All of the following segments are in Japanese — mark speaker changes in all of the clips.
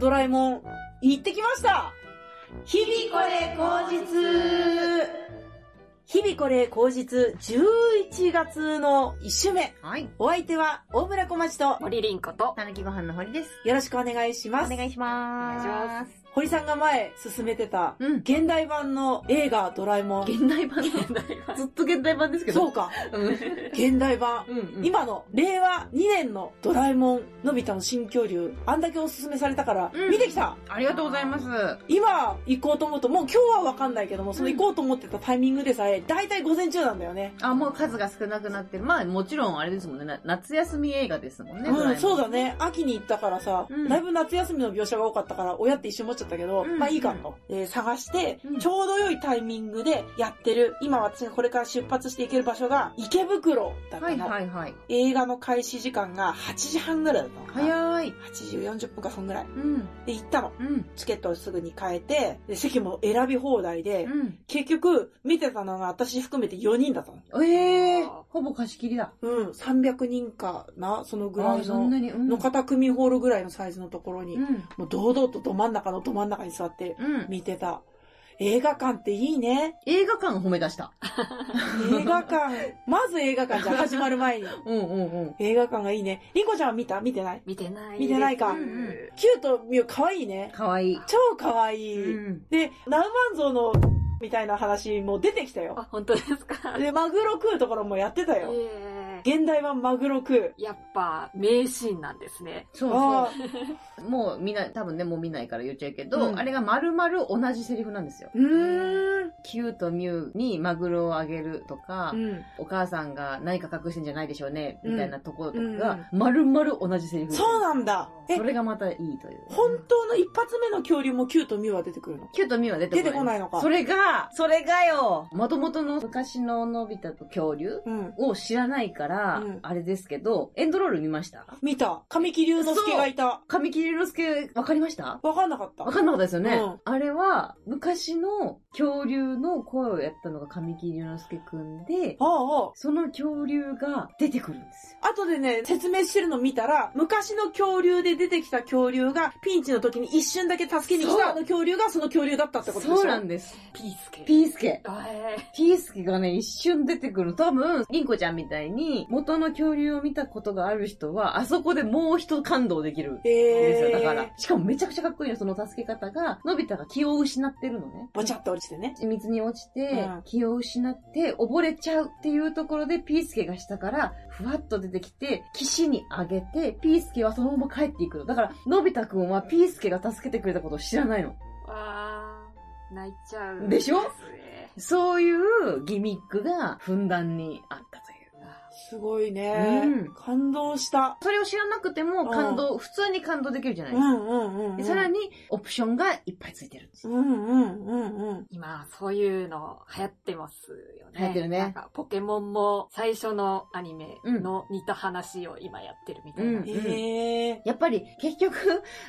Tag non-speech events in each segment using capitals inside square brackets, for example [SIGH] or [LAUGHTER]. Speaker 1: ドラえもん、行ってきました日々これ口実日々これ口実11月の1週目。
Speaker 2: はい。
Speaker 1: お相手は大村小町と
Speaker 3: 森凛子と、 [LAUGHS]
Speaker 2: たぬきご飯の堀です。
Speaker 1: よろしくお願いします。
Speaker 2: いしま。
Speaker 3: お願いします
Speaker 1: 堀さんが前進めてた
Speaker 2: うん。
Speaker 1: 現代版の映画ドラえもん。
Speaker 2: 現代版の、ずっと現代版ですけど。
Speaker 1: そうか、
Speaker 2: うん。
Speaker 1: 現代版。
Speaker 2: うん。
Speaker 1: 今の令和2年のドラえもんのび太の新恐竜、あんだけおすすめされたから、
Speaker 2: うん
Speaker 1: 見てきた
Speaker 2: ありがとうございます。
Speaker 1: 今行こうと思うと、もう今日はわかんないけども、その行こうと思ってたタイミングでさえ、だいたい午前中なんだよね。
Speaker 2: あ、もう数が少なくなってる。まあ、もちろんあれですもんね。な夏休み映画ですもんね。ドラえ
Speaker 1: う
Speaker 2: も
Speaker 1: ん、そう。だね。秋に行ったからさ、
Speaker 2: うん
Speaker 1: だいぶ夏休みの描写が多かったから、親って一瞬思っちゃったけど、
Speaker 2: うん
Speaker 1: まあいいかと。えー探して、
Speaker 2: うん
Speaker 1: ちょうど良いタイミングでやってる、今私がこれから出発していける場所が、池袋だったか
Speaker 2: はい
Speaker 1: な、
Speaker 2: はいはい。
Speaker 1: 映画の開始時間が8時半ぐらいだったのかな。
Speaker 2: 早い。
Speaker 1: 8時40分かそんぐらい。
Speaker 2: うん。
Speaker 1: で、行ったの。
Speaker 2: うん。
Speaker 1: チケットをすぐに変えて、で席も選び放題で、
Speaker 2: うん。
Speaker 1: 結局、見てたのが私含めて4人だったの。
Speaker 2: ええほぼ貸し切りだ。
Speaker 1: うん、300人かな、そのぐら
Speaker 2: あ
Speaker 1: い
Speaker 2: ーそん
Speaker 1: の、
Speaker 2: なに。うん
Speaker 1: の片組ホールぐらいのサイズのところに、
Speaker 2: うん。
Speaker 1: もう堂々とど真ん中のど真ん中に座って
Speaker 2: うん。
Speaker 1: 見てた。映画館っていいね。
Speaker 2: 映画館を褒め出した。
Speaker 1: 映画 [LAUGHS] 館。まず映画館じゃん始まる前に。
Speaker 2: うんうんうん。
Speaker 1: [LAUGHS] 映画館がいいね。りんこちゃんは見た見てない
Speaker 3: 見てない。
Speaker 1: 見てないか
Speaker 3: うんうん
Speaker 1: キュート、みゆ、かわいいね。
Speaker 2: かわいい。
Speaker 1: 超かわいい。
Speaker 2: うん。
Speaker 1: で、ナウマンゾウの、みたいな話も出てきたよ。
Speaker 3: あ、本当ですか。
Speaker 1: で、マグロ食うところもやってたよ。
Speaker 3: ええ
Speaker 1: 現代版マグロ食う。
Speaker 3: やっぱ、名シーンなんですね。
Speaker 2: そうそう
Speaker 1: あ。あ、
Speaker 2: もう見ない、多分ね、もう見ないから言っちゃうけど、
Speaker 1: うん
Speaker 2: あれが丸々同じセリフなんですよ。
Speaker 1: うーん。
Speaker 2: キューとミュウにマグロをあげるとか、
Speaker 1: うん。
Speaker 2: お母さんが何か隠してんじゃないでしょうね、
Speaker 1: うん
Speaker 2: みたいなところとか
Speaker 1: うん
Speaker 2: が、丸々同じセリフ。
Speaker 1: そうなんだ。え
Speaker 2: そ、れがまたいいという。
Speaker 1: 本当の一発目の恐竜もキューとミュウは出てくるの
Speaker 2: キューとミュウは出てこない。
Speaker 1: 出てこないのか
Speaker 2: それが、それがよもともとの昔ののび太と恐竜
Speaker 1: うん。
Speaker 2: を知らないから、
Speaker 1: うん
Speaker 2: あれですけど、エンドロール見ました
Speaker 1: 見た。神木隆之介がいた。
Speaker 2: 神木隆之介、わかりました
Speaker 1: わかんなかった
Speaker 2: わ。かんなかったですよね。
Speaker 1: うん
Speaker 2: あれは、昔の恐竜の声をやったのが神木隆之介くんで、
Speaker 1: ああ、あ
Speaker 2: その恐竜が出てくるんですよ。
Speaker 1: あ。後でね、説明してるの見たら、昔の恐竜で出てきた恐竜が、ピンチの時に一瞬だけ助けに来
Speaker 2: そう
Speaker 1: たあの恐竜がその恐竜だったってことでしょ
Speaker 2: そうなん
Speaker 1: だ。
Speaker 2: です。
Speaker 3: ピースケ。
Speaker 2: ピースケ。
Speaker 3: あえ
Speaker 2: ピースケがね、一瞬出てくる。多分、リンコちゃんみたいに、元の恐竜を見たことがある人は、あそこでもう一感動できるんですよ。
Speaker 1: ええ
Speaker 2: だ
Speaker 1: ー。
Speaker 2: から。しかもめちゃくちゃかっこいいの、その助け方が、のび太が気を失ってるのね。
Speaker 1: ぼちゃっと落ちてね。
Speaker 2: 水に落ちて、
Speaker 1: うん
Speaker 2: 気を失って、溺れちゃうっていうところで、ピースケが下から、ふわっと出てきて、岸に上げて、ピースケはそのまま帰っていくの。だから、のび太くんはピースケが助けてくれたことを知らないの。
Speaker 3: ー、わー、泣いちゃう。
Speaker 2: でしょ
Speaker 3: すね
Speaker 2: そういうギミックが、ふんだんにあったという。
Speaker 1: すごいね。
Speaker 2: うん
Speaker 1: 感動した。
Speaker 2: それを知らなくても、感動、普通に感動できるじゃないうです
Speaker 1: ん
Speaker 2: か。
Speaker 1: うんうん、うん。
Speaker 2: でさらに、オプションがいっぱいついてる。
Speaker 1: うんうんうんうん。
Speaker 3: 今、そういうの流行ってますよね。
Speaker 2: 流行ってるね
Speaker 3: なんか、ポケモンも最初のアニメの似た話を今やってるみたいな。
Speaker 2: うん
Speaker 1: ええ
Speaker 2: やっぱり、結局、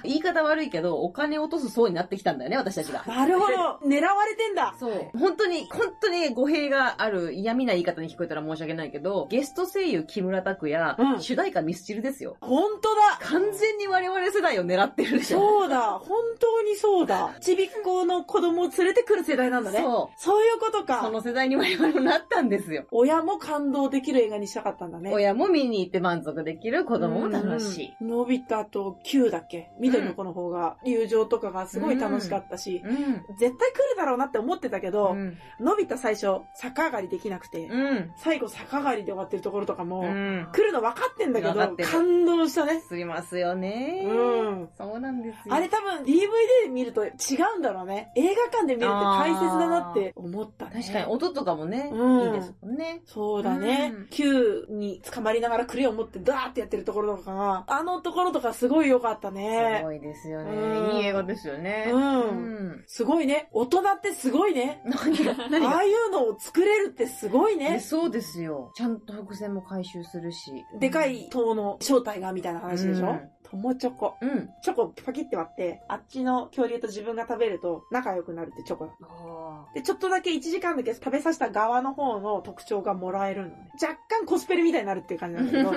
Speaker 2: 言い方悪いけど、お金落とす層になってきたんだよね、私たち
Speaker 1: [LAUGHS]
Speaker 2: が
Speaker 1: ー。。なるほど。狙われてんだ。
Speaker 2: そう。本当に、本当に語弊がある嫌味な言い方に聞こえたら申し訳ないけど、ゲスト声優木村拓哉、
Speaker 1: うん
Speaker 2: 主題歌ミスチルですよ。
Speaker 1: 本当だ。
Speaker 2: 完全に我々世代を狙ってるでしょ。
Speaker 1: そうだ。本当にそうだ。ちびっ子の子供を連れてくる世代なんだね。そう
Speaker 2: そ
Speaker 1: いうこと
Speaker 2: う。そ
Speaker 1: か。
Speaker 2: の世代に我々もなったんですよ。
Speaker 1: 親も感動できる映画にしたかったんだね。
Speaker 2: 親も見に行って満足できる、子供も楽しい。
Speaker 1: うん。のび太と Q だっけ緑の子の方が、友情とかがすごい楽しかったし、
Speaker 2: うん。
Speaker 1: 絶対来るだろうなって思ってたけ
Speaker 2: う
Speaker 1: ど、
Speaker 2: ん。
Speaker 1: のび太最初、逆上がりできなくて、
Speaker 2: うん。
Speaker 1: 最後逆上がりで終わってるところとかも、
Speaker 2: うん
Speaker 1: 来るの分かってんだけ
Speaker 2: 分かっ
Speaker 1: ど
Speaker 2: て、る
Speaker 1: 感動したね。
Speaker 2: すいますよね。
Speaker 1: うん。
Speaker 2: そうなんですよ。
Speaker 1: あれ多分 DVD で見ると違うんだろうね。映画館で見るって大切だなって思った、ね。
Speaker 2: 確かに音とかもね、
Speaker 1: うん
Speaker 2: いいですもんね。
Speaker 1: そうだね
Speaker 2: うん。
Speaker 1: Q、に捕まりながらクレヨン持ってダーってやってるところとかが、あのところとかすごい良かった
Speaker 2: す
Speaker 1: ね。
Speaker 2: ごいですよ
Speaker 1: うん
Speaker 2: ね。いい映画ですよね。
Speaker 1: うん
Speaker 2: うん。
Speaker 1: すごいね。大人ってすごいね。
Speaker 2: 何が、何が
Speaker 1: [LAUGHS] ああいうのを作れるってすごい
Speaker 2: え
Speaker 1: ね。
Speaker 2: そうですよ。ちゃんと伏線も回収するし。
Speaker 1: でかい塔の正体がみたいな話でしょ、
Speaker 2: うん
Speaker 1: 友チョコ。
Speaker 2: うん。
Speaker 1: チョコパキって割って、あっちの恐竜と自分が食べると仲良くなるってチョコだ。
Speaker 3: おー
Speaker 1: で、ちょっとだけ1時間だけ食べさせた側の方の特徴がもらえるのね。若干コスプレみたいになるっていう感じなんだけど、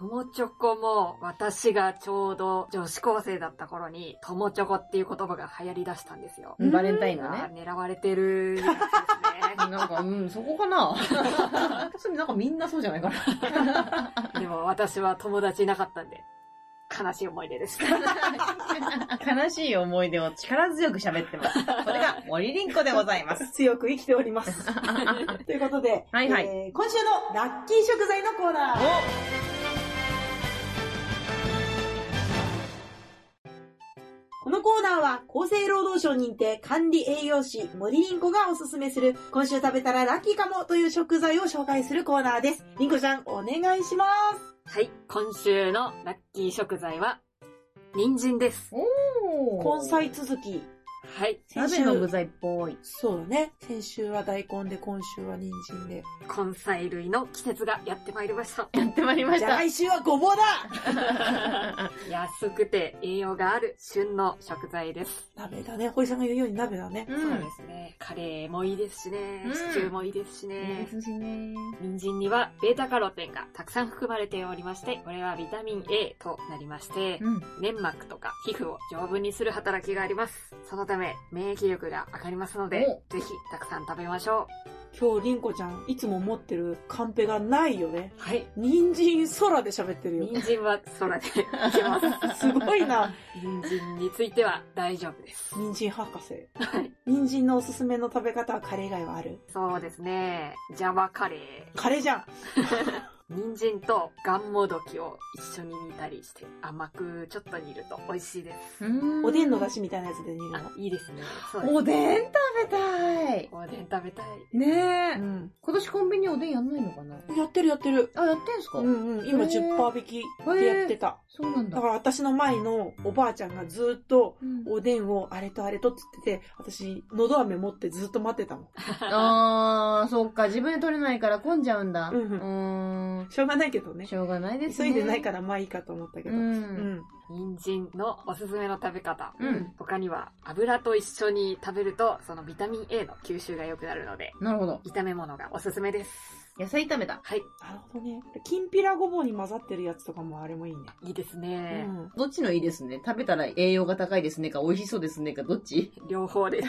Speaker 3: 友チョコも、私がちょうど女子高生だった頃に、友チョコっていう言葉が流行り出したんですよ。
Speaker 2: うんバレンタインの
Speaker 3: あ
Speaker 2: ね。
Speaker 3: ー狙われてる
Speaker 2: [LAUGHS]
Speaker 3: やつですね。
Speaker 2: なんか、うん、そこか [LAUGHS] なそれなんかみんなそうじゃないかな。
Speaker 3: でも私は友達いなかったんで、悲しい思い出です。
Speaker 2: [LAUGHS] 悲しい思い出を力強く喋ってます。これが森凛 [LAUGHS] 子でございます。
Speaker 1: 強く生きております。
Speaker 2: [LAUGHS]
Speaker 1: ということで、
Speaker 2: はいはい
Speaker 1: えー今週のラッキー食材のコーナー。このコーナーは厚生労働省認定管理栄養士森凛子がおすすめする今週食べたらラッキーかもという食材を紹介するコーナーです。凛子ちゃんお願いします。
Speaker 3: はい、今週のラッキー食材は、人参です。
Speaker 2: お
Speaker 1: 根菜続き。
Speaker 3: はい、
Speaker 1: 先
Speaker 2: 鍋
Speaker 1: 週
Speaker 2: の具材っぽい。
Speaker 1: そうだね。先週は大根で今週は人参で。
Speaker 3: 根菜類の季節がやってまいりました。
Speaker 2: [LAUGHS] やってまいりま
Speaker 1: じゃあ来週はごぼうだ
Speaker 3: 安くて栄養がある旬の食材です。
Speaker 1: 鍋だね。堀さんが言うように鍋だね。
Speaker 2: [LAUGHS] う
Speaker 3: そうんで。すね。カレーもいいですしね
Speaker 2: うん。
Speaker 3: シチューもいいですし
Speaker 2: いい
Speaker 3: ね
Speaker 2: で。すしね。
Speaker 3: 人参にはベータカロテンがたくさん含まれておりまして、これはビタミン A となりまして、
Speaker 2: うん。
Speaker 3: 粘膜とか皮膚を丈夫にする働きがあります。そのため、免疫力が上がりますので、ぜひたくさん食べましょ
Speaker 1: 今日りんこちゃんいつも持ってるカンペがないよね。
Speaker 3: う。はい。
Speaker 1: 人参空で喋ってるよ。
Speaker 3: 人参は空 [LAUGHS] でいけます。
Speaker 1: すごい [LAUGHS] な。
Speaker 3: 人参については大丈夫です。
Speaker 1: 人参博士。
Speaker 3: はい。
Speaker 1: 人参のおすすめの食べ方はカレー以外はある
Speaker 3: そうですね。ジャワカレー。
Speaker 1: カレーじゃん
Speaker 3: 人参とガンモドキを一緒に煮たりして、甘くちょっと煮ると美味しいです。
Speaker 1: おでんの
Speaker 2: だ
Speaker 1: 出汁みたいなやつで煮る
Speaker 3: あ
Speaker 1: の。、
Speaker 3: いいですね。そうです。
Speaker 2: おでん食べたい。
Speaker 3: おでん食べたい。
Speaker 2: ねえ、
Speaker 1: うん。
Speaker 2: 今年コンビニおでんやんないのかな
Speaker 1: やってるやってる。
Speaker 2: あ、やってんすか、
Speaker 1: うんうん。今
Speaker 2: へー
Speaker 1: 10%引きでやってた。
Speaker 2: そうなん
Speaker 1: だから私の前のおばあちゃんがずっと、
Speaker 2: うん
Speaker 1: おでんをあれとあれとって言ってて、私、喉飴持ってずっと待ってたもん。
Speaker 2: あー、そっか、自分で取れないから混んじゃうんだ。
Speaker 1: うんう
Speaker 2: うー
Speaker 1: しょうがないけど
Speaker 2: ん。
Speaker 1: ね。
Speaker 2: しょうがないです
Speaker 1: 急
Speaker 2: ね。
Speaker 1: いでないからまあいいかと思ったけど。
Speaker 2: う。
Speaker 1: うんん。
Speaker 3: 人参のおすすめの食べ方。
Speaker 2: うん。
Speaker 3: 他には油と一緒に食べるとそのビタミン A の吸収が良くなるので
Speaker 2: なるほど。
Speaker 3: 炒め物がおすすめです
Speaker 2: 野菜炒めだ。
Speaker 3: はい
Speaker 1: なるほどね。きんぴらごぼうに混ざってるやつとかもあれもいいね。
Speaker 3: いいです
Speaker 1: う
Speaker 3: ね、
Speaker 1: ん。
Speaker 2: どっちのいいですね食べたら栄養が高いですねか、美味しそうですねか、ど
Speaker 1: [LAUGHS]
Speaker 2: っち
Speaker 3: 両方です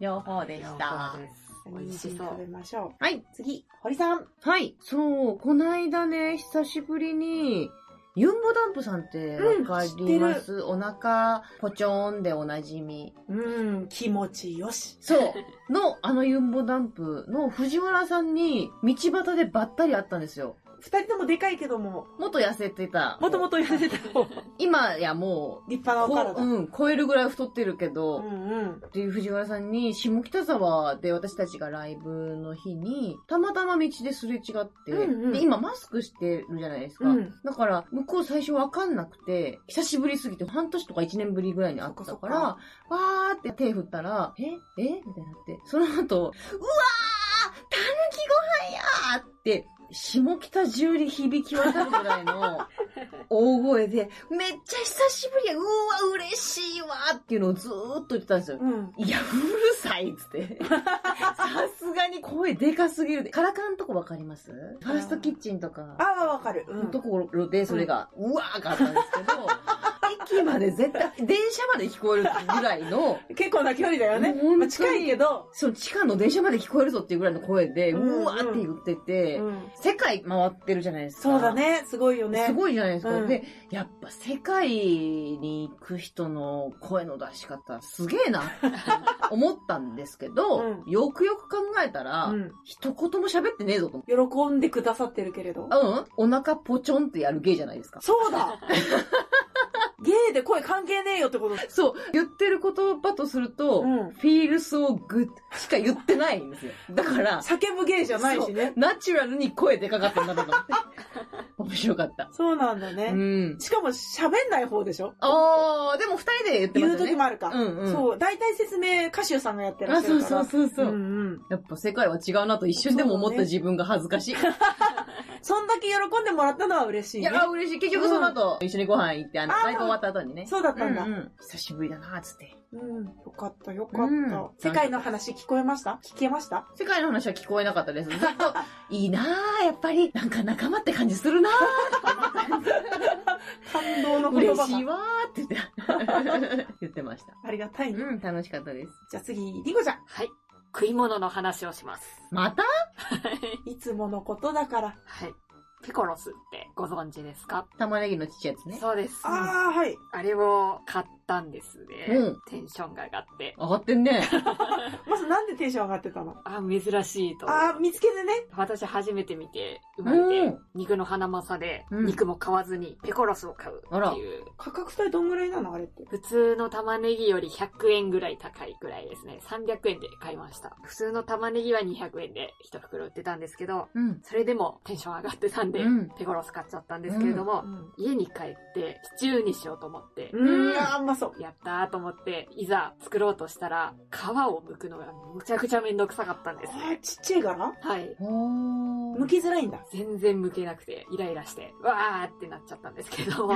Speaker 2: 両方で
Speaker 3: 両
Speaker 2: し
Speaker 3: 方
Speaker 2: た。
Speaker 3: です美
Speaker 1: 人
Speaker 3: 味し
Speaker 1: 参
Speaker 3: そ
Speaker 1: 食べ
Speaker 3: う
Speaker 1: ましょう。
Speaker 2: はい。
Speaker 1: 次、堀さん。
Speaker 2: はい。そう、こないだね、久しぶりに、ユンボダンプさんって
Speaker 1: うん
Speaker 2: わかります、お腹、ポチョーンでおなじみ。
Speaker 1: うん、気持ちよし。
Speaker 2: そう。の、あのユンボダンプの藤原さんに、道端でばったり会ったんですよ。
Speaker 1: 二人ともでかいけども、
Speaker 2: 元痩せてた。
Speaker 1: もともと痩せてた方。
Speaker 2: 今やも
Speaker 1: 立派な
Speaker 2: う、
Speaker 1: お
Speaker 2: こ
Speaker 1: 体。
Speaker 2: ううん、超えるぐらい太ってるけど、
Speaker 1: うんうん。
Speaker 2: っていう藤原さんに、下北沢で私たちがライブの日に、たまたま道ですれ違って、
Speaker 1: うんうん
Speaker 2: で今マスクしてるじゃないですか。
Speaker 1: うん
Speaker 2: だから、向こう最初わかんなくて、久しぶりすぎて半年とか1年ぶりぐらいに会っ
Speaker 1: そ
Speaker 2: た
Speaker 1: っかそ
Speaker 2: か
Speaker 1: っ
Speaker 2: ら、
Speaker 1: か
Speaker 2: わーって手振ったら、ええみたいになって、その後、うわーたぬきご飯やーって、下北中に響き渡るぐら
Speaker 1: [LAUGHS]
Speaker 2: いの大声で、めっちゃ久しぶりやうーわ、嬉しいわーっていうのをずーっと言ってたんですよ。
Speaker 1: うん。
Speaker 2: いや、うるさいっ
Speaker 1: [LAUGHS]
Speaker 2: つって。さすがに声でかすぎるで。カラカンとこわかりますファーストキッチンとか。
Speaker 1: ああ、わかる。う
Speaker 2: の
Speaker 1: ん。
Speaker 2: ところで、それが、うわーがあったんですけど、
Speaker 1: [LAUGHS]
Speaker 2: 駅まで絶対、電車まで聞こえるぐらいの、
Speaker 1: 結構な距離だよね
Speaker 2: 本当。に
Speaker 1: まあ近いけど。
Speaker 2: その地下の電車まで聞こえるぞっていうぐらいの声で、
Speaker 1: うんうん
Speaker 2: うわーって言ってて、
Speaker 1: うん。
Speaker 2: 世界回ってるじゃないですか。
Speaker 1: そうだね。すごいよね。
Speaker 2: すごいじゃないですか。
Speaker 1: うん
Speaker 2: で、やっぱ世界に行く人の声の出し方、すげえな
Speaker 1: [LAUGHS]
Speaker 2: って思ったんですけど、
Speaker 1: う
Speaker 2: よくよく考えたら、
Speaker 1: うん。
Speaker 2: 一言も喋ってねえぞと思
Speaker 1: 喜んでくださってるけれど。
Speaker 2: って。うんお腹ポチョンってやる芸じゃないですか。
Speaker 1: そうだ [LAUGHS] ゲイで声関係ねえよってこと。
Speaker 2: そう、言ってる言葉とすると、
Speaker 1: うん。
Speaker 2: feel so good しか言ってないんですよ。だから、
Speaker 1: 叫ぶゲイじゃないしね。
Speaker 2: ナチュラルに声でかかったんだなと思 [LAUGHS] って。面白かった。
Speaker 1: そうなんだ
Speaker 2: う
Speaker 1: ね。
Speaker 2: ん。
Speaker 1: しかも喋んない方でしょ
Speaker 2: あー、でも二人で言ってま
Speaker 1: 言
Speaker 2: し
Speaker 1: う
Speaker 2: たね。
Speaker 1: 時もあるか。
Speaker 2: うんうん。
Speaker 1: そう。大体説明、歌手さんがやってら
Speaker 2: あ、
Speaker 1: っしゃ
Speaker 2: そう
Speaker 1: るか
Speaker 2: そ
Speaker 1: ら。
Speaker 2: うそうそう。
Speaker 1: うんうん。
Speaker 2: やっぱ世界は違うなと一瞬でも思った自分が恥ずかしい。
Speaker 1: そんだけ喜んでもらったのは嬉しい
Speaker 2: い
Speaker 1: ね。
Speaker 2: や、嬉しい。結局その後、一緒にご飯行って、あの、
Speaker 1: あー
Speaker 2: バイト終わった後にね。
Speaker 1: そうだったんだ。
Speaker 2: うんうん久しぶりだな、つって。
Speaker 1: うん、よかった、よかった。
Speaker 2: うん
Speaker 1: 世界の話聞こえました聞けました
Speaker 2: 世界の話は聞こえなかったです。ずっと、いいなぁ、やっぱり、なんか仲間って感じするな
Speaker 1: 感動の
Speaker 2: ぁ、
Speaker 1: 言葉
Speaker 2: 嬉
Speaker 1: が。
Speaker 2: しいわーって言って、 [LAUGHS] 言ってました。
Speaker 1: ありがたいね。
Speaker 2: うん、楽しかったです。
Speaker 1: じゃあ次、リンゴちゃん。
Speaker 3: はい。食い物の話をします。
Speaker 2: また
Speaker 1: いつものことだから。
Speaker 3: はい。ピコロスってご存知ですか、
Speaker 2: 玉ねぎのちっちゃいやつね。
Speaker 3: そうです。あ
Speaker 1: あー、はい。
Speaker 3: れを買ったんですね、
Speaker 2: うん
Speaker 3: テンションが上がって。
Speaker 2: 上がってんね。
Speaker 1: まずなんでテンション上がってたの
Speaker 3: あ、珍しいと。
Speaker 1: あー、見つけてね。
Speaker 3: 私初めて見て、生まれ
Speaker 2: う
Speaker 3: て
Speaker 2: ん、
Speaker 3: 肉のハナマサで、
Speaker 2: うん
Speaker 3: 肉も買わずにピコロスを買う
Speaker 2: あら
Speaker 3: っていう。
Speaker 1: 価格帯どんぐらいなのあれって。
Speaker 3: 普通の玉ねぎより100円ぐらい高いぐらいですね。300円で買いました。普通の玉ねぎは200円で一袋売ってたんですけど、
Speaker 2: うん。
Speaker 3: それでもテンション上がってたんで、
Speaker 2: うん
Speaker 3: ペコロス買っちゃったんですけれども、
Speaker 1: う
Speaker 3: 家に帰ってシチューにしようと思って、
Speaker 1: ん。うん、あーうまそう。
Speaker 3: やったーと思って、いざ作ろうとしたら、皮を剥くのがむちゃくちゃめんどくさかったんです
Speaker 1: あー
Speaker 3: ね。
Speaker 1: ちっちゃい柄
Speaker 3: はい。
Speaker 2: お
Speaker 1: 剥きづらいんだ。
Speaker 3: 全然剥けなくて、イライラして、わーってなっちゃったんですけ
Speaker 2: [LAUGHS]
Speaker 3: ども、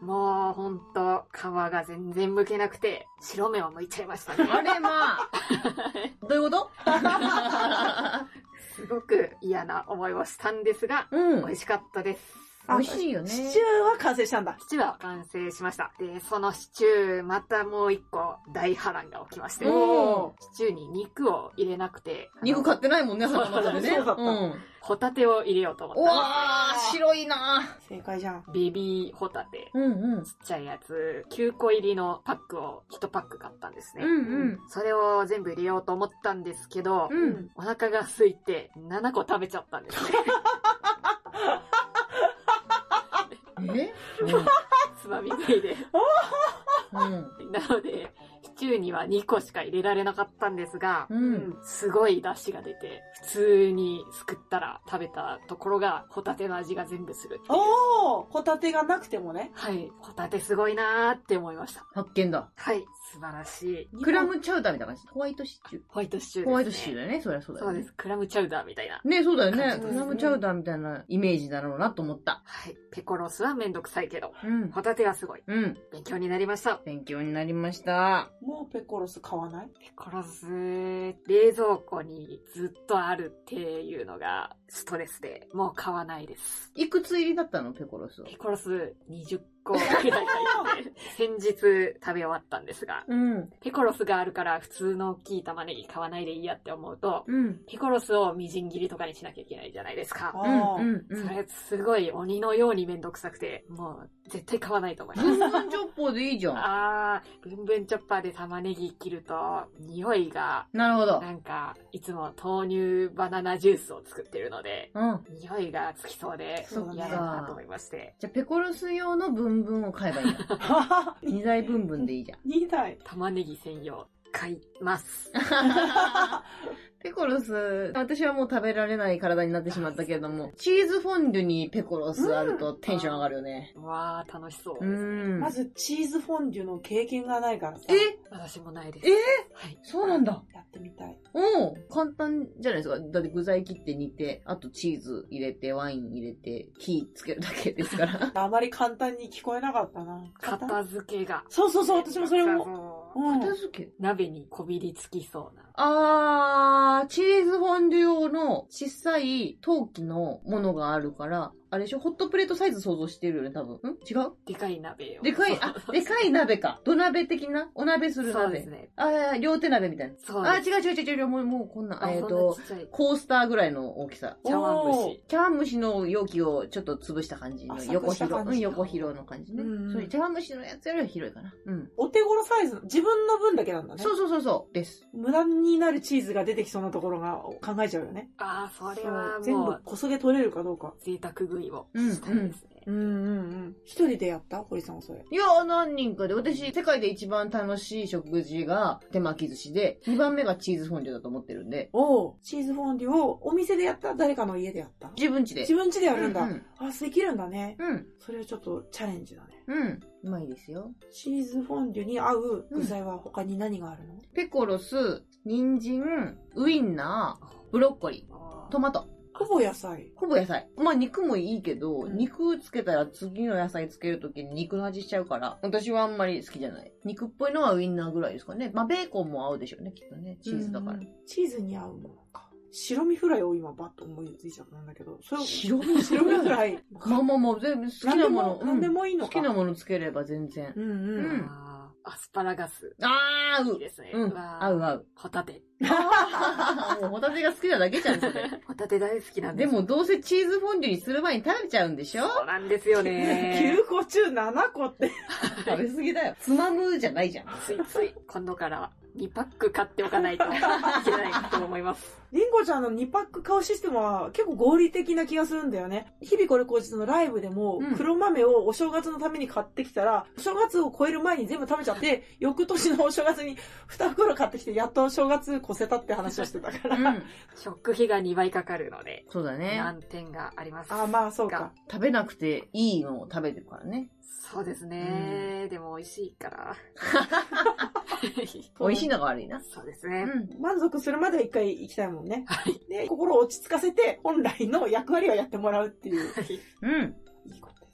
Speaker 3: もうほんと、皮が全然剥けなくて、白目を剥いちゃいました
Speaker 2: [LAUGHS]
Speaker 3: ね。
Speaker 2: あれまあ。どういうこと
Speaker 3: すごく嫌な思いをしたんですが、
Speaker 2: うん。
Speaker 3: 美味しかったです。
Speaker 2: 美味しいよね。
Speaker 1: シチューは完成したんだ。
Speaker 3: シチューは完成しました。で、そのシチュー、またもう一個大波乱が起きまして、
Speaker 2: おー
Speaker 3: シチューに肉を入れなくて、
Speaker 2: 肉買
Speaker 3: あ
Speaker 2: ってないもんね、花形でね。
Speaker 1: そうだった
Speaker 2: ん。
Speaker 3: のホタテを入れようと思
Speaker 2: う
Speaker 3: った
Speaker 2: わー、白いな
Speaker 1: 正解じゃん。
Speaker 3: んです。ベビーホタテ。
Speaker 2: うんうん。
Speaker 3: ちっちゃいやつ、9個入りのパックを1パック買ったんですね。
Speaker 2: うんうん
Speaker 3: それを全部入れようと思ったんですけど、
Speaker 2: うん。
Speaker 3: お腹が空いて7個食べちゃったんですね。
Speaker 2: え
Speaker 3: つまみ食
Speaker 2: [LAUGHS]
Speaker 3: いで。
Speaker 2: うん。
Speaker 3: なので、シチューには2個しか入れられなかったんですが、
Speaker 2: うん。
Speaker 3: すごい出汁が出て、普通にすくったら食べたところがホタテの味が全部する。
Speaker 1: おー、ホタテがなくてもね。
Speaker 3: はい。ホタテすごいなーって思いました。
Speaker 2: 発見だ。
Speaker 3: はい。素晴らしい。
Speaker 2: クラムチャウダーみたいな感じ。ホワイトシチュー。
Speaker 3: ホワイトシチューです、ね。
Speaker 2: ホワイトシチューだよね。そりゃそうだ
Speaker 3: そ
Speaker 2: よ
Speaker 3: う
Speaker 2: ね
Speaker 3: で。す。クラムチャウダーみたいな。
Speaker 2: ねそうだよ
Speaker 3: そうで
Speaker 2: ね。
Speaker 3: す
Speaker 1: ね
Speaker 2: クラムチャウダーみたいなイメージだろうなと思った。
Speaker 3: はい。ペコロスはめんどくさいけど、
Speaker 2: うん。
Speaker 3: ホタテがすごい。
Speaker 2: うん。
Speaker 3: 勉強になりました。
Speaker 2: 勉強になりました。
Speaker 1: もうペコロス買わない
Speaker 2: [LAUGHS]
Speaker 3: ペコロス、冷蔵庫にずっとあるっていうのがストレスで、もう買わないです。
Speaker 2: いくつ入りだったのペコロスは。
Speaker 3: ピコロス20個くらい入って、先日食べ終わったんですが、
Speaker 2: うん。
Speaker 3: ピコロスがあるから普通の大きい玉ねぎ買わないでいいやって思うと、
Speaker 2: うん。
Speaker 3: ピコロスをみじん切りとかにしなきゃいけないじゃないですか。
Speaker 1: あー
Speaker 2: ん。
Speaker 3: それすごい鬼のようにめんどくさくて、もう絶対買わないと思いま
Speaker 2: ブン
Speaker 3: す。
Speaker 2: ブンチョッポーでいいじゃん。
Speaker 3: あー、ブンブンチョッパーで玉ねぎ切ると、匂いが、
Speaker 2: なるほど。
Speaker 3: なんか、いつも豆乳バナナジュースを作ってるので、
Speaker 2: うん。
Speaker 3: 匂いがつきそうで
Speaker 1: そうだ、ね
Speaker 3: 嫌だなと思いまして、
Speaker 2: じゃあ、ペコロス用のブンブンを買えばいいん
Speaker 3: [LAUGHS]
Speaker 2: だ。二台ブンブンでいいじゃん。
Speaker 1: 2台。
Speaker 3: 玉ねぎ専用、買い
Speaker 2: [LAUGHS]
Speaker 3: ます。
Speaker 2: ペコロス、私はもう食べられない体になってしまったけれども、チーズフォンデュにペコロスあるとテンション上がるよね。
Speaker 3: わー、楽しそ
Speaker 2: う
Speaker 3: うです。
Speaker 2: ん
Speaker 1: ま。ずチーズフォンデュの経験がないからさ。
Speaker 2: え
Speaker 3: 私もないです。
Speaker 2: え
Speaker 3: はい。
Speaker 2: そうなんだ。
Speaker 1: やってみたい。
Speaker 2: うん。簡単じゃないですか。だって具材切って煮て、あとチーズ入れて、ワイン入れて、火つけるだけですから。
Speaker 1: あまり簡単に聞こえなかったな。
Speaker 3: 片付けが。
Speaker 1: そうそうそう、私もそれも。
Speaker 3: も。
Speaker 1: うん。
Speaker 2: 片付け
Speaker 3: 鍋にこびりつきそうな。
Speaker 2: あー、チーズフォンデュ用の小さい陶器のものがあるから、あれでしょホットプレートサイズ想像してるよね、多分。ん違う
Speaker 3: でかい鍋を。
Speaker 2: で
Speaker 3: [LAUGHS]
Speaker 2: かい、あ、でかい鍋か。土鍋的なお鍋する
Speaker 3: そう
Speaker 2: 鍋。
Speaker 3: ですね。
Speaker 2: あー、両手鍋みたいな。
Speaker 3: そう
Speaker 2: あー、
Speaker 3: です。
Speaker 2: 違う違う違う違う、もう、もうこんな、えっ、
Speaker 3: そんな
Speaker 2: と
Speaker 3: ち、っちゃい。
Speaker 2: コースターぐらいの大きさ。
Speaker 3: 茶碗蒸し。
Speaker 2: 茶碗蒸しの容器をちょっと潰した感じの
Speaker 1: 浅く
Speaker 2: 横
Speaker 1: した
Speaker 2: 広、
Speaker 1: 感じ
Speaker 2: うん、横広の感じね。
Speaker 1: うんうん
Speaker 2: それ茶碗蒸しのやつよりは広いかな。うん。
Speaker 1: お手頃サイズの、自分の分だけなんだね。
Speaker 2: そうそうそうそう、です。
Speaker 1: 無駄になるチーズが出てきそうなところが考えちゃうよね。
Speaker 3: あー、それは
Speaker 1: そう全
Speaker 3: も
Speaker 1: 部
Speaker 3: う、
Speaker 1: こそげ取れるかどうか。
Speaker 3: 贅沢食いをしたいですね。
Speaker 1: うんうんうん。一人でやった堀さんはそれ。
Speaker 2: いや、何人かで、私、世界で一番楽しい食事が手巻き寿司で、2番目がチーズフォンデュだと思ってるんで、
Speaker 1: おうチーズフォンデュをお店でやった誰かの家でやった
Speaker 2: 自分家で。
Speaker 1: 自分家でやるんだ。
Speaker 2: うん
Speaker 1: あ、できるんだね。
Speaker 2: うん。
Speaker 1: それはちょっとチャレンジだね。
Speaker 2: うん。うまいですよ。
Speaker 1: チーズフォンデュに合う具材は他に何があるの、
Speaker 2: ペコロス、人参、ウインナー、ブロッコリー、トマト。
Speaker 3: あ
Speaker 1: ほぼ野菜。
Speaker 2: ほぼ野菜。まあ肉もいいけど、
Speaker 1: うん
Speaker 2: 肉つけたら次の野菜つけるときに肉の味しちゃうから、私はあんまり好きじゃない。肉っぽいのはウインナーぐらいですかね。まあベーコンも合うでしょうね、きっとね。チーズだから
Speaker 1: う。んチーズに合うものか。白身フライを今バッと思いついちゃったんだけど、それを
Speaker 2: 白身
Speaker 1: 白身フライ。
Speaker 2: まあまあまあ、全部好き
Speaker 1: 何
Speaker 2: な
Speaker 1: で
Speaker 2: も
Speaker 1: も
Speaker 2: の、。
Speaker 1: 何で
Speaker 2: うん
Speaker 1: もいいの
Speaker 2: 好
Speaker 1: か。
Speaker 2: きなものつければ全然。
Speaker 1: うんうん。
Speaker 2: う
Speaker 1: うん [LAUGHS] ん、
Speaker 3: あーアスパラガス。
Speaker 2: あー、合。
Speaker 3: いいうですね。
Speaker 2: うん、
Speaker 3: わー
Speaker 2: 合う合う。
Speaker 3: ホタテ。
Speaker 2: もうホタテが好きなだけじゃん、それ。
Speaker 3: ホタテ大好きなんで。
Speaker 2: ですもどうせチーズフォンデュにする前に食べちゃうんでしょ
Speaker 3: そうなんです
Speaker 2: [LAUGHS]
Speaker 3: よね。
Speaker 1: 9個中7個って。
Speaker 2: 食べ過ぎだよ。つまむじゃないじゃん。
Speaker 3: ついつい、今度からは2パック買っておかないといけないと思
Speaker 1: [LAUGHS]
Speaker 3: います。
Speaker 1: りんごちゃんの2パック買うシステムは結構合理的な気がするんだよね。日々これ口実のライブでも
Speaker 2: うん
Speaker 1: 黒豆をお正月のために買ってきたら、お正月を超える前に全部食べちゃって、翌年のお正月に2袋 [LAUGHS] 買ってきて、やっと正月越せたって話をしてたか [LAUGHS]
Speaker 2: う
Speaker 1: ら。
Speaker 2: ん。
Speaker 3: 食費が2倍かかるので、
Speaker 2: そうだね。
Speaker 3: 難点があります。
Speaker 1: あ、まあそうか。
Speaker 2: 食べなくていいのを食べてるからね。
Speaker 3: そうですね。でも美味し
Speaker 1: [LAUGHS]
Speaker 3: いから。
Speaker 2: 美味しいのが悪いな。
Speaker 3: そうです
Speaker 2: う
Speaker 3: ね。
Speaker 2: ん。
Speaker 1: 満足するまでは一回行きたいもんね。
Speaker 3: はい。
Speaker 1: で、心を落ち着かせて、本来の役割をやってもらうっていう。
Speaker 2: うん。
Speaker 1: い
Speaker 2: [LAUGHS]
Speaker 1: いこと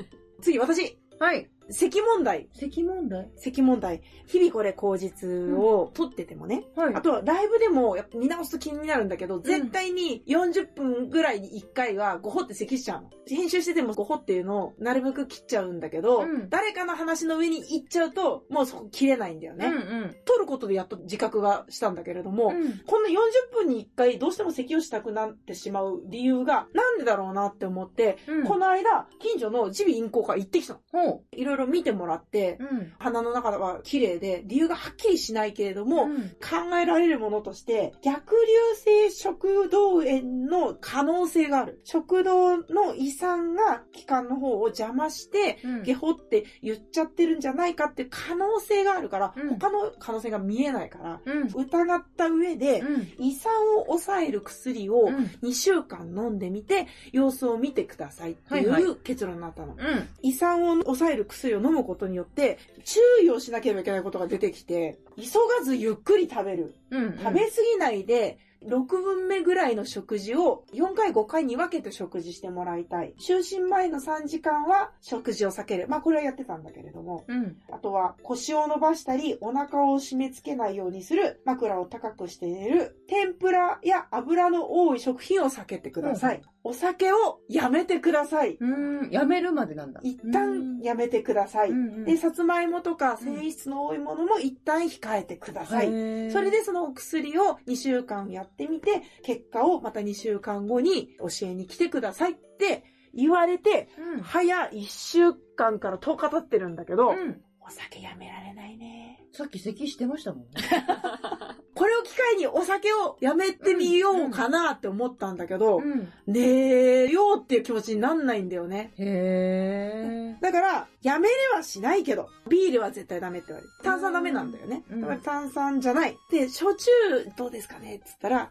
Speaker 1: です。次、私。
Speaker 2: はい。
Speaker 1: 咳問題。
Speaker 2: 咳問題
Speaker 1: 咳問題。日々これ口実を取っててもね。
Speaker 2: [LAUGHS] はい
Speaker 1: あとはライブでもやっぱ見直すと気になるんだけど、絶対に40分ぐらいに1回はゴホって咳しちゃうの。編集しててもゴホっていうのをなるべく切っちゃうんだけど、
Speaker 2: うん
Speaker 1: 誰かの話の上に行っちゃうと、もうそこ切れないんだよね。
Speaker 2: うんうん。
Speaker 1: 取ることでやっと自覚がしたんだけれども、
Speaker 2: うん
Speaker 1: こんな40分に1回どうしても咳をしたくなってしまう理由がなんでだろうなって思って、
Speaker 2: うん
Speaker 1: この間、近所の耳鼻咽喉科行ってきたの。
Speaker 2: ほ
Speaker 1: いろいろ見てもらって、
Speaker 2: う。うん。
Speaker 1: 鼻の中は綺麗で、理由がはっきりしないけれども、
Speaker 2: うん
Speaker 1: 考えられるものとして、逆流性食道炎の可能性がある。食道の胃酸が気管の方を邪魔して、
Speaker 2: うん
Speaker 1: ゲホって言っちゃってるんじゃないかっていう可能性があるから、
Speaker 2: うん
Speaker 1: 他の可能性が見えないから、
Speaker 2: うん。
Speaker 1: 疑った上で、
Speaker 2: うん
Speaker 1: 胃酸を抑える薬を
Speaker 2: うん。
Speaker 1: 2週間飲んでみて、様子を見てくださいってい
Speaker 2: はいは
Speaker 1: う結論になったの。
Speaker 2: うん。
Speaker 1: 胃酸を抑える薬を飲むことによって、注意をしなければいけないことが出てきて、急がずゆっくり食べる。
Speaker 2: うん。
Speaker 1: 食べ過ぎないで、6分目ぐらいの食事を4回5回に分けて食事してもらいたい。就寝前の3時間は食事を避ける。まあこれはやってたんだけれども。
Speaker 2: うん。
Speaker 1: あとは腰を伸ばしたりお腹を締め付けないようにする。枕を高くして寝る。天ぷらや油の多い食品を避けてください。お酒をやめてください。
Speaker 2: うん。やめるまでなんだ。
Speaker 1: 一旦やめてください。
Speaker 2: うんうん
Speaker 1: で、さつまいもとか繊維質の多いものも一旦控えてください。
Speaker 2: い
Speaker 1: それ、でそのお薬を2週間やってみて、結果をまた2週間後に教えに来てくださいって言われて、
Speaker 2: うん。
Speaker 1: 早1週間から10日経ってるんだけど、
Speaker 2: うん
Speaker 1: お酒やめられないね。
Speaker 2: さっき咳してましたもんね。
Speaker 1: これを機会にお酒をやめてみようかなって思ったんだけど、
Speaker 2: うん。
Speaker 1: 寝ようっていう気持ちになんないんだよね。
Speaker 2: へ
Speaker 1: だから、やめれはしないけど、ビールは絶対ダメって言われる。炭酸ダメなんだよね。
Speaker 2: うん
Speaker 1: だから炭酸じゃない。で、焼酎どうですかねって言ったら、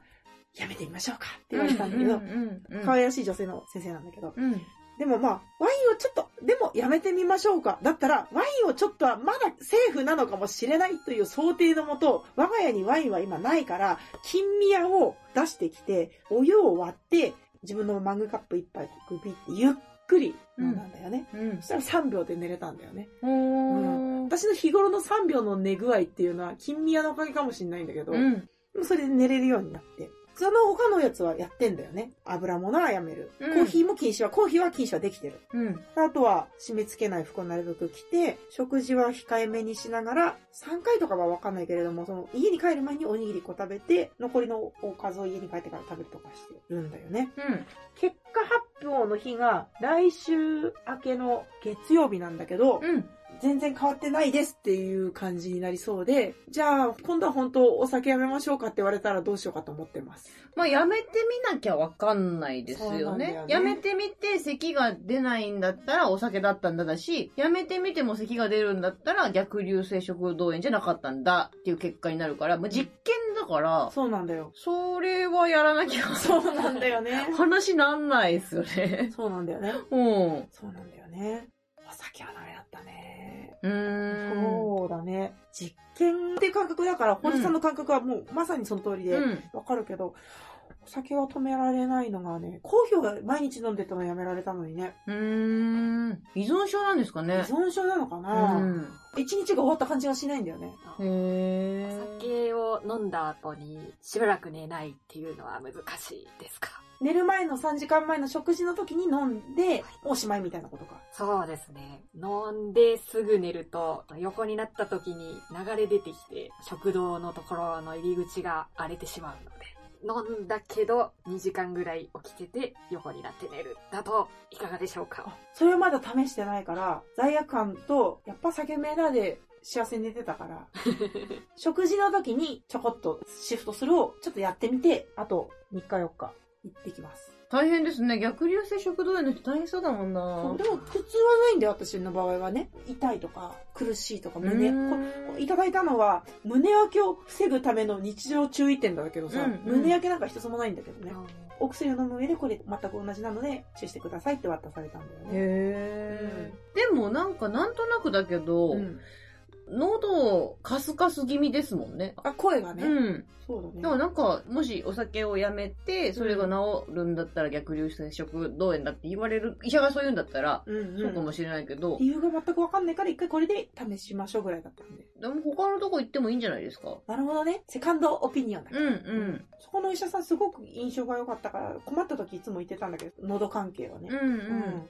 Speaker 1: やめてみましょうかって言
Speaker 2: ー。
Speaker 1: われたんだけど、
Speaker 2: うん。うん
Speaker 1: 可愛らしい女性の先生なんだけど。
Speaker 2: うん。
Speaker 1: でもまあ、ワインをちょっと、でもやめてみましょうか。だったら、ワインをちょっとはまだセーフなのかもしれないという想定のもと、我が家にワインは今ないから、金宮を出してきて、お湯を割って、自分のマグカップ一杯グビってゆっくり飲んだんだよね。
Speaker 2: うん
Speaker 1: そ。したら3秒で寝れたんだよね。
Speaker 2: ほー
Speaker 1: 私の日頃の3秒の寝具合っていうのは、金宮のおかげかもしれないんだけど、
Speaker 2: うん。
Speaker 1: でもそれで寝れるようになって。その他のやつはやってんだよね。油物はやめる。
Speaker 2: うん
Speaker 1: コーヒーも禁止は、コーヒーは禁止はできてる。
Speaker 2: うん。
Speaker 1: あとは、締め付けない服をなるべく着て、食事は控えめにしながら、3回とかはわかんないけれども、その、家に帰る前におにぎり1個食べて、残りのおかずを家に帰ってから食べるとかしてるんだよね。
Speaker 2: うん。
Speaker 1: 結果発表の日が、来週明けの月曜日なんだけど、
Speaker 2: うん。
Speaker 1: 全然変わってないですっていう感じになりそうで、じゃあ、今度は本当お酒やめましょうかって言われたらどうしようかと思ってます。
Speaker 2: まあ、やめてみなきゃわかんないです
Speaker 1: そうな
Speaker 2: よ
Speaker 1: んだ
Speaker 2: ね。
Speaker 1: よね
Speaker 2: やめてみて、咳が出ないんだったらお酒だったんだだし、やめてみても咳が出るんだったら逆流性食道炎じゃなかったんだっていう結果になるから、まあ、実験だから、
Speaker 1: そうなんだよ。
Speaker 2: それはやらなきゃ、 [LAUGHS]
Speaker 1: そうなんだよね。
Speaker 2: 話なんないですよね。
Speaker 1: [LAUGHS] そうなんだよね。
Speaker 2: うん。う
Speaker 1: そうなんだよね。お酒はダメだったね。
Speaker 2: ーん。
Speaker 1: そうだね。実験っていう感覚だから、本日さんの感覚はもうまさにその通りで、
Speaker 2: う
Speaker 1: わ、
Speaker 2: ん。
Speaker 1: かるけど、お酒は止められないのがね、コーヒーを毎日飲んでたのやめられたのにね。
Speaker 2: うーん。依存症なんですか
Speaker 1: 依
Speaker 2: ね。
Speaker 1: 存症なのか
Speaker 2: う。
Speaker 1: なん一、日が終わった感じがしないんだよね。
Speaker 2: へえ。
Speaker 3: お酒を飲んだ後にしばらく寝ないっていうのは難しいですか
Speaker 1: 寝る前の3時間前の食事の時に飲んで、おしまいみたいなことか。
Speaker 3: そうですね。飲んですぐ寝ると、横になった時に流れ出てきて、食堂のところの入り口が荒れてしまうので、飲んだけど、2時間ぐらい起きてて、横になって寝る。だと、いかがでしょうか
Speaker 1: あそれはまだ試してないから、罪悪感と、やっぱ酒メーナーで幸せに寝てた
Speaker 2: [LAUGHS]
Speaker 1: から、食事の時にちょこっとシフトするをちょっとやってみて、あと3日4日行ってきます。
Speaker 2: 大変ですね。逆流性食道炎の人大変そうだもんな。
Speaker 1: でも苦痛はないんだよ、私の場合はね。痛いとか、苦しいとか、胸。これ
Speaker 2: うーん
Speaker 1: いただいたのは、胸焼けを防ぐための日常注意点だけどさ、
Speaker 2: うんうん
Speaker 1: 胸焼けなんか一つもないんだけど
Speaker 3: あ
Speaker 1: ね。
Speaker 3: の
Speaker 1: お薬を飲む上でこれ全く同じなので、注意してくださいって渡されたんだよね。
Speaker 2: へーでもなんかなんとなくだけど、
Speaker 1: うん、
Speaker 2: 喉カスカス気味ですもんね。
Speaker 1: あ、声がね。
Speaker 2: うん。
Speaker 1: そうだね。
Speaker 2: でもなんか、もしお酒をやめて、それが治るんだったら逆流性食道炎だって言われる、医者がそう言うんだったら、
Speaker 1: うんうん、
Speaker 2: そうかもしれないけど、
Speaker 1: 理由が全くわかんないから一回これで試しましょうぐらいだったんで。
Speaker 2: でも他のとこ行ってもいいんじゃないですか
Speaker 1: なるほどね。セカンドオピニオンだ
Speaker 2: うんうん。
Speaker 1: そこのお医者さんすごく印象が良かったから、困った時いつも言ってたんだけど、喉関係はね
Speaker 2: うんう。ん。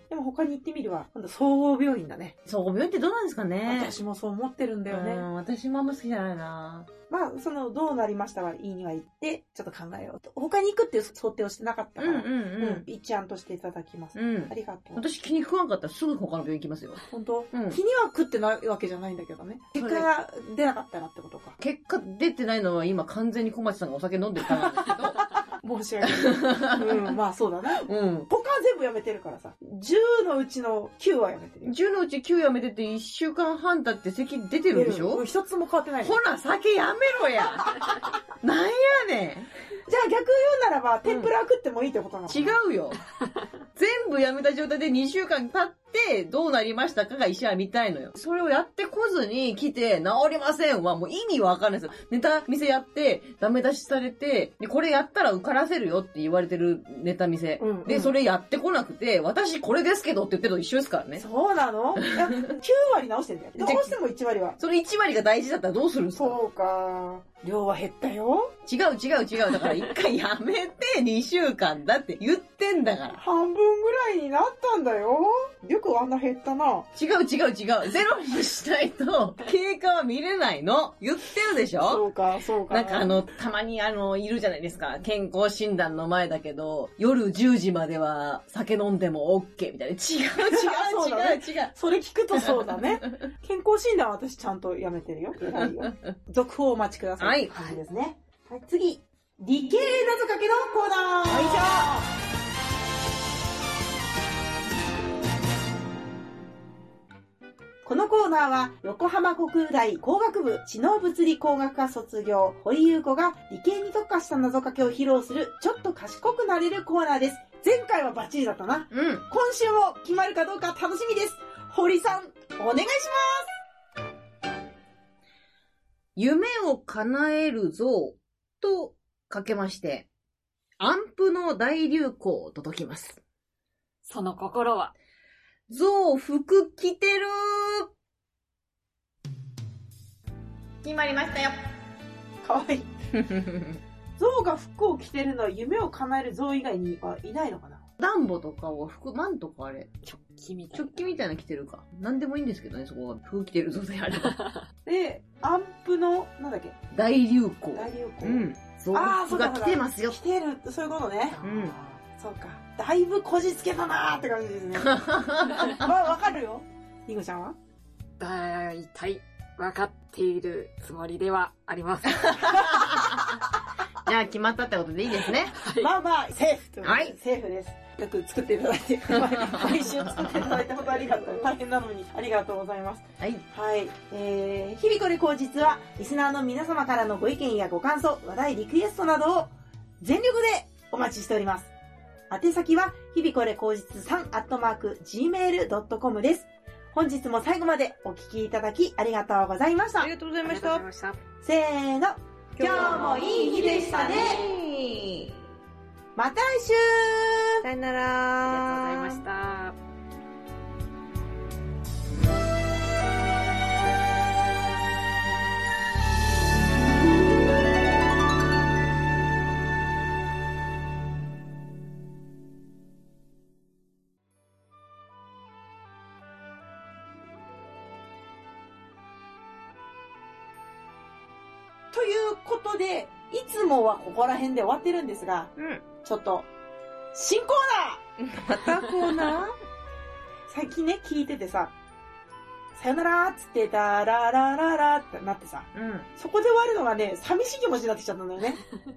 Speaker 1: でも他に行ってみるわ。今度総合病院だね。
Speaker 2: そう、病院ってどうなんですかね
Speaker 1: 私もそう思ってるんだよね。
Speaker 2: うん、私もあんま好きじゃないな
Speaker 1: まあ、その、どうなりましたはいいには言って、ちょっと考えようと。他に行くっていう想定をしてなかった
Speaker 2: うん
Speaker 1: か
Speaker 2: う
Speaker 1: ら、
Speaker 2: んうん。
Speaker 1: 一案としていただきます。
Speaker 2: うん
Speaker 1: あ。りがとう。
Speaker 2: 私気に食わんかったらすぐ他の病院行きますよ。
Speaker 1: 本当、
Speaker 2: うん
Speaker 1: 気には食ってないわけじゃないんだけどね。結果が出なかったらってことか。
Speaker 2: 結果出てないのは今完全に小町さんがお酒飲んでるからなん
Speaker 1: [LAUGHS] 申し訳ない。うん、まあ [LAUGHS] そうだな。
Speaker 2: ですけど。うん。
Speaker 1: 他は全部やめてるからさ。10のうちの9はやめてるよ。
Speaker 2: 10のうち9やめてて1週間半経って席出てるんでし
Speaker 1: う
Speaker 2: ょ
Speaker 1: ん一つも変わってないの。
Speaker 2: ほ
Speaker 1: じ
Speaker 2: ら、酒やめろやなんやね
Speaker 1: ゃあ逆言うならば、天ぷらは食ってもいいってことなの、
Speaker 2: ん違。うよ全部やめた状態で2週間経ってどうなりましたかが医者は見たいのよ。それをやってこずに来て治りませんはもう意味わかんないですよ。ネタ見せやってダメ出しされて、で、これやったら受からせるよって言われてるネタ見せ。
Speaker 1: うんうん
Speaker 2: で、それやってこなくて、私これですけどって言ってるのと一緒ですからね。
Speaker 1: そうなのいや ?9 割直してんだよ。どうしても1割は。
Speaker 2: その1割が大事だったらどうするんですか
Speaker 1: そうか。量は減ったよ。
Speaker 2: 違う違う違う。だから一回やめて2週間だって言ってんだから。
Speaker 1: 半分ぐらいになったんだよ。よくあんな減ったな。
Speaker 2: 違う違う違う。ゼロにしないと経過は見れないの。言ってるでし
Speaker 1: そ
Speaker 2: ょ
Speaker 1: うか、そうか。
Speaker 2: なんかあの、たまにあの、いるじゃないですか。健康診断の前だけど、夜10時までは酒飲んでも OK みたいな。違う
Speaker 1: そうだ
Speaker 2: 違う違
Speaker 1: ね
Speaker 2: う違う。
Speaker 1: それ聞くとそうだ [LAUGHS] ね。健康診断は私ちゃんとやめてるよ。偉いよ続報をお待ちください。
Speaker 2: はい
Speaker 1: いいですね。はい、次。理系謎かけのコーナー
Speaker 2: よいし
Speaker 1: このコーナーは、横浜国大工学部知能物理工学科卒業、堀優子が理系に特化した謎かけを披露する、ちょっと賢くなれるコーナーです。前回はバッチリだったな。
Speaker 2: うん。
Speaker 1: 今週も決まるかどうか楽しみです。堀さん、お願いし
Speaker 2: 夢を叶えるぞとかけまして、アンプの大流行と解きます。
Speaker 3: その心は、
Speaker 2: ゾウ、服着てる
Speaker 4: 決まりましたよ
Speaker 1: ます。かわいい。象が服を着てるのは夢を叶える象以外にはいないのかな
Speaker 2: [LAUGHS] 暖房とかを服、マンとかあれ、
Speaker 3: 直帰みたいな。
Speaker 2: 食器みたいなの着てるか。なんでもいいんですけどね、そこは。服着てるぞであれば。
Speaker 1: で、アンプの、なんだっけ、
Speaker 2: 大流行。
Speaker 1: 大流行。
Speaker 2: うん。ゾウ
Speaker 1: あーそうだ
Speaker 2: が着てますよ
Speaker 1: 着。てるってそういうことね。
Speaker 2: うん
Speaker 1: そうか。だいぶこじつけたなーって感じで
Speaker 2: [LAUGHS]
Speaker 1: すね。まあ、わかるよ。リンゴちゃんは
Speaker 3: だいたい分かっているつもりではあり [LAUGHS] ます。
Speaker 2: じゃあ決まったってことでいいですね。
Speaker 1: まあまあ、セーフとうことで
Speaker 2: はい
Speaker 1: セーフです。よく作っていただいて、毎週作っていただいたことありがとう。大変なのに、ありがとうございます。
Speaker 2: はい。
Speaker 1: はい。えー、日々これ口実は、リスナーの皆様からのご意見やご感想、話題、リクエストなどを全力でお待ちしております。宛先は、日々これ口実3アットマーク gmail.com です。本日も最後までお聞きいただきありがとうございました。
Speaker 2: がとうござい
Speaker 3: ありがとうござい。ました。
Speaker 1: せーの。今日もいい日でしたね。また来週
Speaker 5: さよな
Speaker 3: あり
Speaker 5: ら。
Speaker 3: がとうございました。
Speaker 1: ということで、いつもはここら辺で終わってるんですが、
Speaker 5: うん
Speaker 1: ちょっと、新コーナー
Speaker 5: またコーナー
Speaker 1: 最近ね、聞いててさ、さよならーっつって、だららららってなってさ、そこで終わるのがね、寂しい気持ちになってきちゃったんだよね。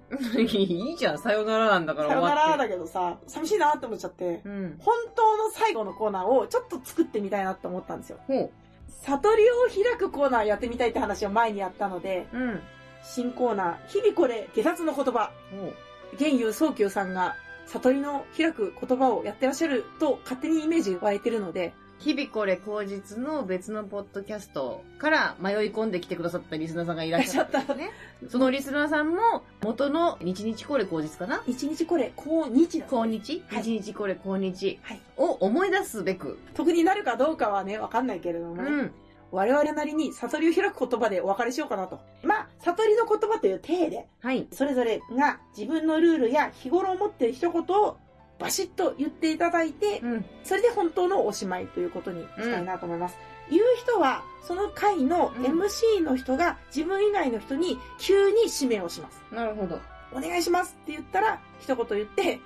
Speaker 2: うん。 [LAUGHS] いいじゃん、さよならなんだか
Speaker 1: さ
Speaker 2: ら
Speaker 1: よな
Speaker 2: 終
Speaker 1: ら
Speaker 2: わ
Speaker 1: ー
Speaker 2: って。
Speaker 1: だけどさ、寂しいなーって思っちゃって、
Speaker 2: うん。
Speaker 1: 本当の最後のコーナーをちょっと作ってみたいなって思ったんですよ。
Speaker 2: ほう。
Speaker 1: 悟りを開くコーナーやってみたいって話を前にやったので、
Speaker 2: うん。
Speaker 1: 新コーナー、日々これ、下脱の言葉、
Speaker 2: ほう。
Speaker 1: 現有宗久さんが悟りの開く言葉をやってらっしゃると勝手にイメージ湧いてるので、
Speaker 2: 日々これ口実の別のポッドキャストから迷い込んできてくださったリスナーさんがいらっしゃったんですね。そのリスナーさんも元の日日これ口実かな
Speaker 1: 一日これ、高日だ。
Speaker 2: 今
Speaker 1: は
Speaker 2: 日
Speaker 1: い
Speaker 2: 一日これ今日
Speaker 1: はい
Speaker 2: を思い出すべく、
Speaker 1: 得になるかどうかはね、わかんないけれどもね、
Speaker 2: うん。
Speaker 1: 我々なりに悟りを開く言葉でお別れしようかなと。まあ、悟りの言葉という体で、
Speaker 2: はい。
Speaker 1: それぞれが自分のルールや日頃思っている一言をバシッと言っていただいて、
Speaker 2: うん。
Speaker 1: それで本当のおしまいということにしたいなと思います。言う人は、その回の
Speaker 2: うん
Speaker 1: MC の人が自分以外の人に急に指名をします。
Speaker 2: なるほど。
Speaker 1: お願いしますって言ったら、一言言って、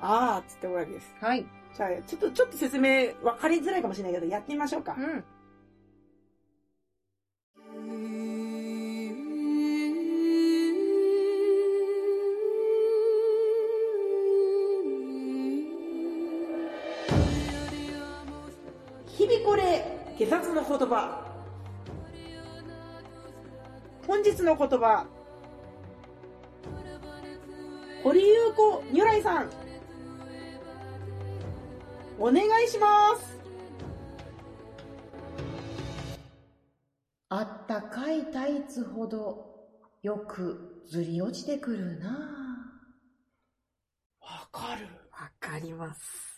Speaker 1: あーっつって終わりです。
Speaker 2: はい。
Speaker 1: じゃあ、ちょっと、ちょっと説明分かりづらいかもしれないけど、やってみましょうか。
Speaker 2: うん。
Speaker 1: 日々これ下脱の言葉本日の言葉堀優子如来さんお願いします
Speaker 2: あったかいタイツほどよくずり落ちてくるな
Speaker 1: わかる
Speaker 3: わかります。